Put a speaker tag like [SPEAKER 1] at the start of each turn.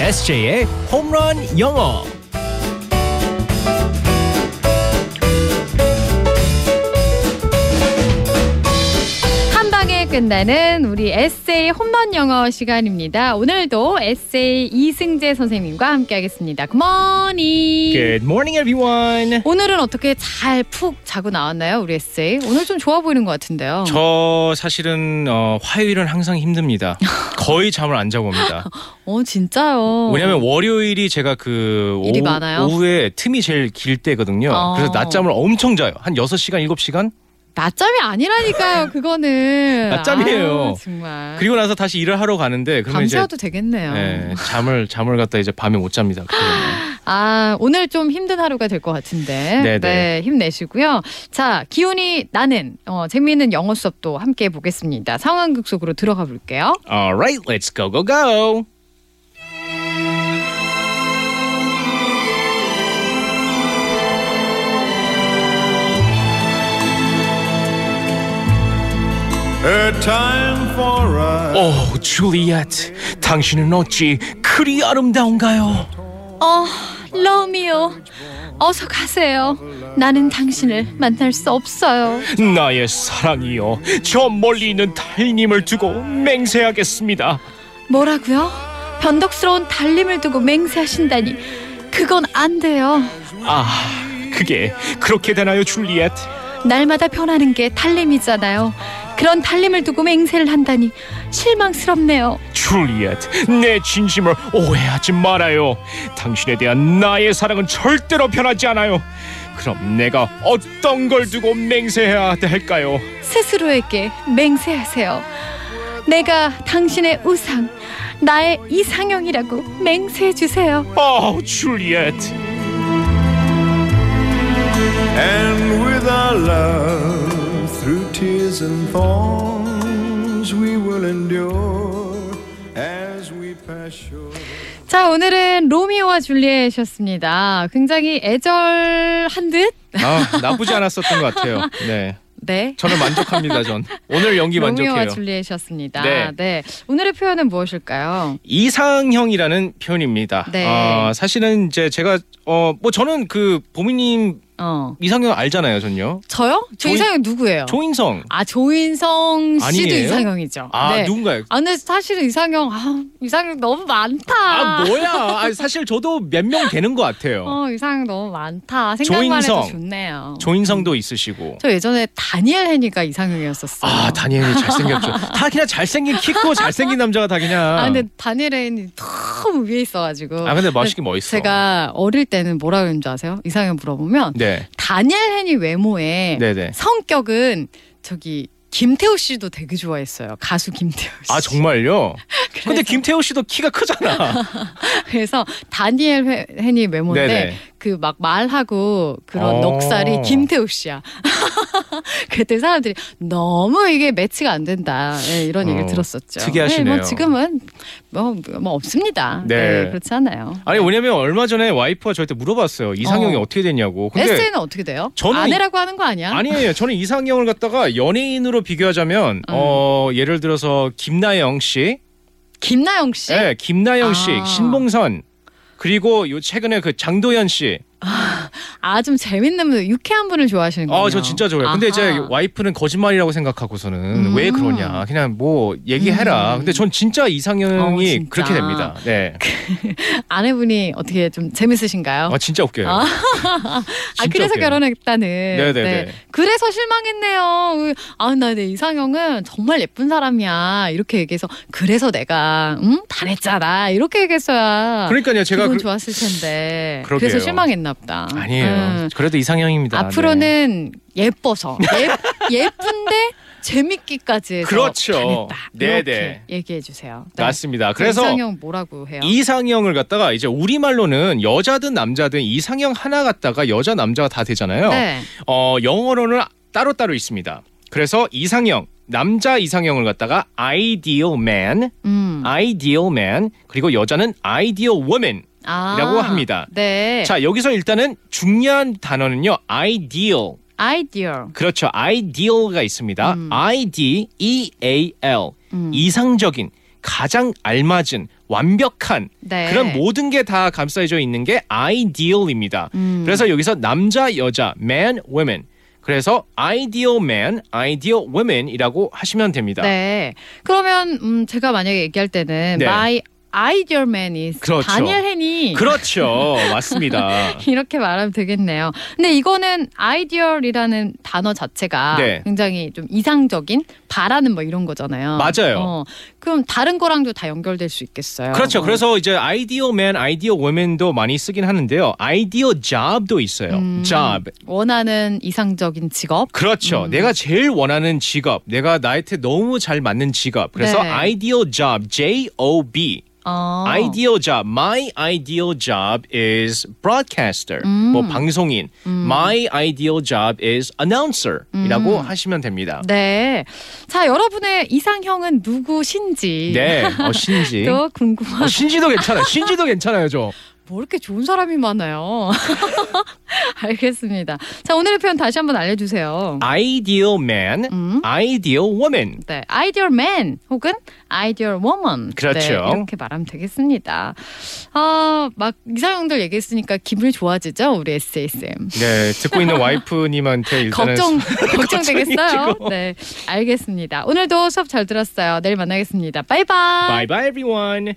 [SPEAKER 1] SJ의 홈런 영어.
[SPEAKER 2] 한 방에 끝나는 우리 에세이 홈런 영어 시간입니다. 오늘도 에세이 이승재 선생님과 함께하겠습니다. 굿모닝.
[SPEAKER 3] 예.
[SPEAKER 1] Good morning, everyone.
[SPEAKER 2] 오늘은 어떻게 잘 푹 자고 나왔나요, 우리 에세이? 오늘 좀 좋아 보이는 것 같은데요.
[SPEAKER 3] 저 사실은 어, 화요일은 항상 힘듭니다. 거의 잠을 안 자고 옵니다.
[SPEAKER 2] 어 진짜요.
[SPEAKER 3] 왜냐면 월요일이 제가 그
[SPEAKER 2] 일이 많아요?
[SPEAKER 3] 오후, 에 틈이 제일 길 때거든요.
[SPEAKER 2] 어.
[SPEAKER 3] 그래서 낮잠을 엄청 자요. 한 6시간, 7시간?
[SPEAKER 2] 낮잠이 아니라니까요, 그거는.
[SPEAKER 3] 낮잠이에요.
[SPEAKER 2] 아유, 정말.
[SPEAKER 3] 그리고 나서 다시 일을 하러 가는데 그러면 이제
[SPEAKER 2] 밤새워도 되겠네요.
[SPEAKER 3] 예, 잠을 잠을 갖다 이제 밤에 못 잡니다. 그러면.
[SPEAKER 2] 아, 오늘 좀 힘든 하루가 될 것 같은데.
[SPEAKER 3] 네네.
[SPEAKER 2] 네, 힘내시고요. 자, 기운이 나는 어, 재미있는 영어 수업도 함께 보겠습니다. 상황극 속으로 들어가 볼게요.
[SPEAKER 3] Alright, let's go go go.
[SPEAKER 4] A time for us.
[SPEAKER 3] 오, 줄리엣. Oh, 당신은 어찌 그리 아름다운가요?
[SPEAKER 2] 어, 로미오. 어서 가세요. 나는 당신을 만날 수 없어요.
[SPEAKER 3] 나의 사랑이여 저 멀리 있는 달님을 두고 맹세하겠습니다
[SPEAKER 2] 뭐라고요? 변덕스러운 달림을 두고 맹세하신다니. 그건 안 돼요.
[SPEAKER 3] 아 그게 그렇게 되나요 줄리엣
[SPEAKER 2] 날마다 변하는 게 달림이잖아요. 그런 달림을 두고 맹세를 한다니 실망스럽네요.
[SPEAKER 3] 줄리엣 내 진심을 오해하지 말아요 당신에 대한 나의 사랑은 절대로 변하지 않아요 그럼 내가 어떤 걸 두고 맹세해야 할까요
[SPEAKER 2] 스스로에게 맹세하세요. 내가 당신의 우상, 나의 이상형이라고 맹세해 주세요.
[SPEAKER 3] 아 줄리엣
[SPEAKER 4] And with our love, through tears and thorns, we will endure as we pass shore.
[SPEAKER 2] 자, 오늘은 로미오와 줄리엣이었습니다. 굉장히 애절한 듯?
[SPEAKER 3] 아 나쁘지 않았었던 것 같아요 네
[SPEAKER 2] 네.
[SPEAKER 3] 저는 만족합니다 전 오늘 연기
[SPEAKER 2] 로미오와 줄리엣이었습니다. 네.
[SPEAKER 3] 네.
[SPEAKER 2] 오늘의 표현은 무엇일까요?
[SPEAKER 3] 이상형이라는 표현입니다.
[SPEAKER 2] 네.
[SPEAKER 3] 어, 사실은 이제 제가 어, 뭐 저는 그 보미님
[SPEAKER 2] 어.
[SPEAKER 3] 이상형 알잖아요, 전요.
[SPEAKER 2] 저요? 저
[SPEAKER 3] 조인-
[SPEAKER 2] 이상형 누구예요?
[SPEAKER 3] 조인성.
[SPEAKER 2] 아, 조인성 씨도
[SPEAKER 3] 아니에요?
[SPEAKER 2] 이상형이죠.
[SPEAKER 3] 아
[SPEAKER 2] 네.
[SPEAKER 3] 누군가요?
[SPEAKER 2] 아, 근데 사실은 이상형, 아, 이상형 너무 많다.
[SPEAKER 3] 아 뭐야? 아, 사실 저도 몇 명 되는 것 같아요.
[SPEAKER 2] 어, 이상형 너무 많다. 생각만 해도
[SPEAKER 3] 조인성.
[SPEAKER 2] 좋네요.
[SPEAKER 3] 조인성도 있으시고.
[SPEAKER 2] 저 예전에 다니엘 헤니가 이상형이었었어요.
[SPEAKER 3] 아 다니엘이 잘생겼죠. 다 그냥 잘생긴 키 크고 잘생긴 남자가 다 그냥.
[SPEAKER 2] 아, 근데 다니엘 헤니 너무 위에 있어가지고.
[SPEAKER 3] 아, 근데 멋있긴 멋있어.
[SPEAKER 2] 네, 제가 어릴 때는 뭐라 그러는 줄 아세요? 이상형 물어보면
[SPEAKER 3] 네,
[SPEAKER 2] 다니엘 헤니 외모에
[SPEAKER 3] 네네.
[SPEAKER 2] 성격은 저기 김태호 씨도 되게 좋아했어요. 가수 김태호 씨.
[SPEAKER 3] 아 정말요? 근데
[SPEAKER 2] 그래서-
[SPEAKER 3] 김태호 씨도 키가 크잖아.
[SPEAKER 2] 그래서 다니엘 헤- 헤니 외모인데
[SPEAKER 3] 네네.
[SPEAKER 2] 그 막 말하고 그런
[SPEAKER 3] 어.
[SPEAKER 2] 넉살이 김태우 씨야. 그때 사람들이 너무 이게 매치가 안 된다 예, 이런 얘기를
[SPEAKER 3] 어,
[SPEAKER 2] 들었었죠.
[SPEAKER 3] 특이하시네요.
[SPEAKER 2] 네, 뭐 지금은 뭐, 뭐 없습니다. 네.
[SPEAKER 3] 네.
[SPEAKER 2] 그렇지 않아요.
[SPEAKER 3] 아니 왜냐면 얼마 전에 와이프가 저한테 물어봤어요. 이상형이
[SPEAKER 2] 어.
[SPEAKER 3] 어. 떻게 되냐고. 근데
[SPEAKER 2] 에스는 어떻게 돼요?
[SPEAKER 3] 저는
[SPEAKER 2] 아내라고 하는 거 아니야? 음.
[SPEAKER 3] 아니에요. 저는 이상형을 갖다가 연예인으로 비교하자면 어, 예를 들어서 김나영 씨,
[SPEAKER 2] 김나영 씨.
[SPEAKER 3] 네, 김나영 씨,
[SPEAKER 2] 아.
[SPEAKER 3] 신봉선 그리고 요 최근에 그 장도연 씨.
[SPEAKER 2] 아 좀 재밌는 분, 유쾌한 분을 좋아하시는군요.
[SPEAKER 3] 아, 저 진짜 좋아요. 근데 이제
[SPEAKER 2] 아하.
[SPEAKER 3] 와이프는 거짓말이라고 생각하고서는
[SPEAKER 2] 음.
[SPEAKER 3] 왜 그러냐. 그냥 뭐 얘기해라.
[SPEAKER 2] 음.
[SPEAKER 3] 근데 전 진짜 이상형이
[SPEAKER 2] 어, 진짜.
[SPEAKER 3] 그렇게 됩니다. 네.
[SPEAKER 2] 아내분이 어떻게 좀 재밌으신가요?
[SPEAKER 3] 아, 진짜 웃겨요.
[SPEAKER 2] 아. 아
[SPEAKER 3] 진짜
[SPEAKER 2] 그래서
[SPEAKER 3] 웃겨요.
[SPEAKER 2] 결혼했다는.
[SPEAKER 3] 네네네.
[SPEAKER 2] 그래서 실망했네요. 아 나 내 이상형은 정말 예쁜 사람이야 이렇게 얘기해서 그래서 내가 응 잘했잖아 이렇게 얘기했어야
[SPEAKER 3] 그러니까요. 제가
[SPEAKER 2] 기분
[SPEAKER 3] 그,
[SPEAKER 2] 좋았을 텐데
[SPEAKER 3] 그러게요.
[SPEAKER 2] 그래서 실망했나 보다.
[SPEAKER 3] 아니에요.
[SPEAKER 2] 응.
[SPEAKER 3] 그래도 이상형입니다. 네.
[SPEAKER 2] 음. 앞으로는 예뻐서 예, 예쁜데 재밌기까지 해서
[SPEAKER 3] 그렇죠.
[SPEAKER 2] 잘했다.
[SPEAKER 3] 네네.
[SPEAKER 2] 이렇게 얘기해 주세요. 네.
[SPEAKER 3] 맞습니다. 그래서
[SPEAKER 2] 이상형 뭐라고 해요?
[SPEAKER 3] 이상형을 갖다가 이제 우리말로는 여자든 남자든 이상형 하나 갖다가 여자 남자가 다 되잖아요.
[SPEAKER 2] 네.
[SPEAKER 3] 어, 영어로는 따로 따로 있습니다. 그래서 이상형 남자 이상형을 갖다가 ideal man,
[SPEAKER 2] 음.
[SPEAKER 3] ideal man 그리고 여자는 ideal woman이라고
[SPEAKER 2] 아.
[SPEAKER 3] 합니다.
[SPEAKER 2] 네.
[SPEAKER 3] 자 여기서 일단은 중요한 단어는요 ideal
[SPEAKER 2] 아이디어.
[SPEAKER 3] 그렇죠 ideal가 있습니다.
[SPEAKER 2] 음.
[SPEAKER 3] I D E A L
[SPEAKER 2] 음.
[SPEAKER 3] 이상적인 가장 알맞은 완벽한
[SPEAKER 2] 네.
[SPEAKER 3] 그런 모든 게 다 감싸져 있는 게 ideal입니다.
[SPEAKER 2] 음.
[SPEAKER 3] 그래서 여기서 남자, 여자, man, women. 그래서 ideal man, ideal women이라고 하시면 됩니다.
[SPEAKER 2] 네. 그러면 음, 제가 만약에 얘기할 때는
[SPEAKER 3] 네.
[SPEAKER 2] my ideal man is
[SPEAKER 3] 그렇죠.
[SPEAKER 2] 다니엘 헤니
[SPEAKER 3] 그렇죠. 맞습니다.
[SPEAKER 2] 이렇게 말하면 되겠네요. 근데 이거는 아이디얼이라는 단어 자체가
[SPEAKER 3] 네.
[SPEAKER 2] 굉장히 좀 이상적인 바라는 뭐 이런 거잖아요.
[SPEAKER 3] 맞아요.
[SPEAKER 2] 어, 그럼 다른 거랑도 다 연결될 수 있겠어요.
[SPEAKER 3] 그렇죠.
[SPEAKER 2] 어.
[SPEAKER 3] 그래서 이제 ideal man, ideal woman도 많이 쓰긴 하는데요. ideal job도 있어요.
[SPEAKER 2] 음.
[SPEAKER 3] job.
[SPEAKER 2] 원하는 이상적인 직업. 음.
[SPEAKER 3] 그렇죠. 내가 제일 원하는 직업, 내가 나한테 너무 잘 맞는 직업. 그래서
[SPEAKER 2] 네.
[SPEAKER 3] ideal job, J O B.
[SPEAKER 2] 어.
[SPEAKER 3] ideal job. My ideal job is broadcaster.
[SPEAKER 2] 음.
[SPEAKER 3] 뭐 방송인. My ideal job is announcer이라고
[SPEAKER 2] 음.
[SPEAKER 3] 하시면 됩니다.
[SPEAKER 2] 네. 자, 여러분의 이상형은 누구신지.
[SPEAKER 3] 네. 어, 신지.
[SPEAKER 2] 또 궁금한
[SPEAKER 3] 어, 신지도 괜찮아요. 신지도 괜찮아요, 저.
[SPEAKER 2] 뭐 이렇게 좋은 사람이 많아요. 알겠습니다. 자, 오늘의 표현 다시 한번 알려주세요.
[SPEAKER 3] 아. ideal man,
[SPEAKER 2] 음.
[SPEAKER 3] ideal woman.
[SPEAKER 2] 네, 아이디얼 맨 혹은 아이디얼 워먼.
[SPEAKER 3] 그렇죠.
[SPEAKER 2] 네, 이렇게 말하면 되겠습니다. 아, 막 이상형들 얘기했으니까 기분이 좋아지죠, 우리 SSM.
[SPEAKER 3] 네, 듣고 있는 와이프님한테 일단은
[SPEAKER 2] 걱정 걱정되겠어요.
[SPEAKER 3] 걱정이시고.
[SPEAKER 2] 네, 알겠습니다. 오늘도 수업 잘 들었어요. 내일 만나겠습니다. 바이바이.
[SPEAKER 3] Bye bye everyone.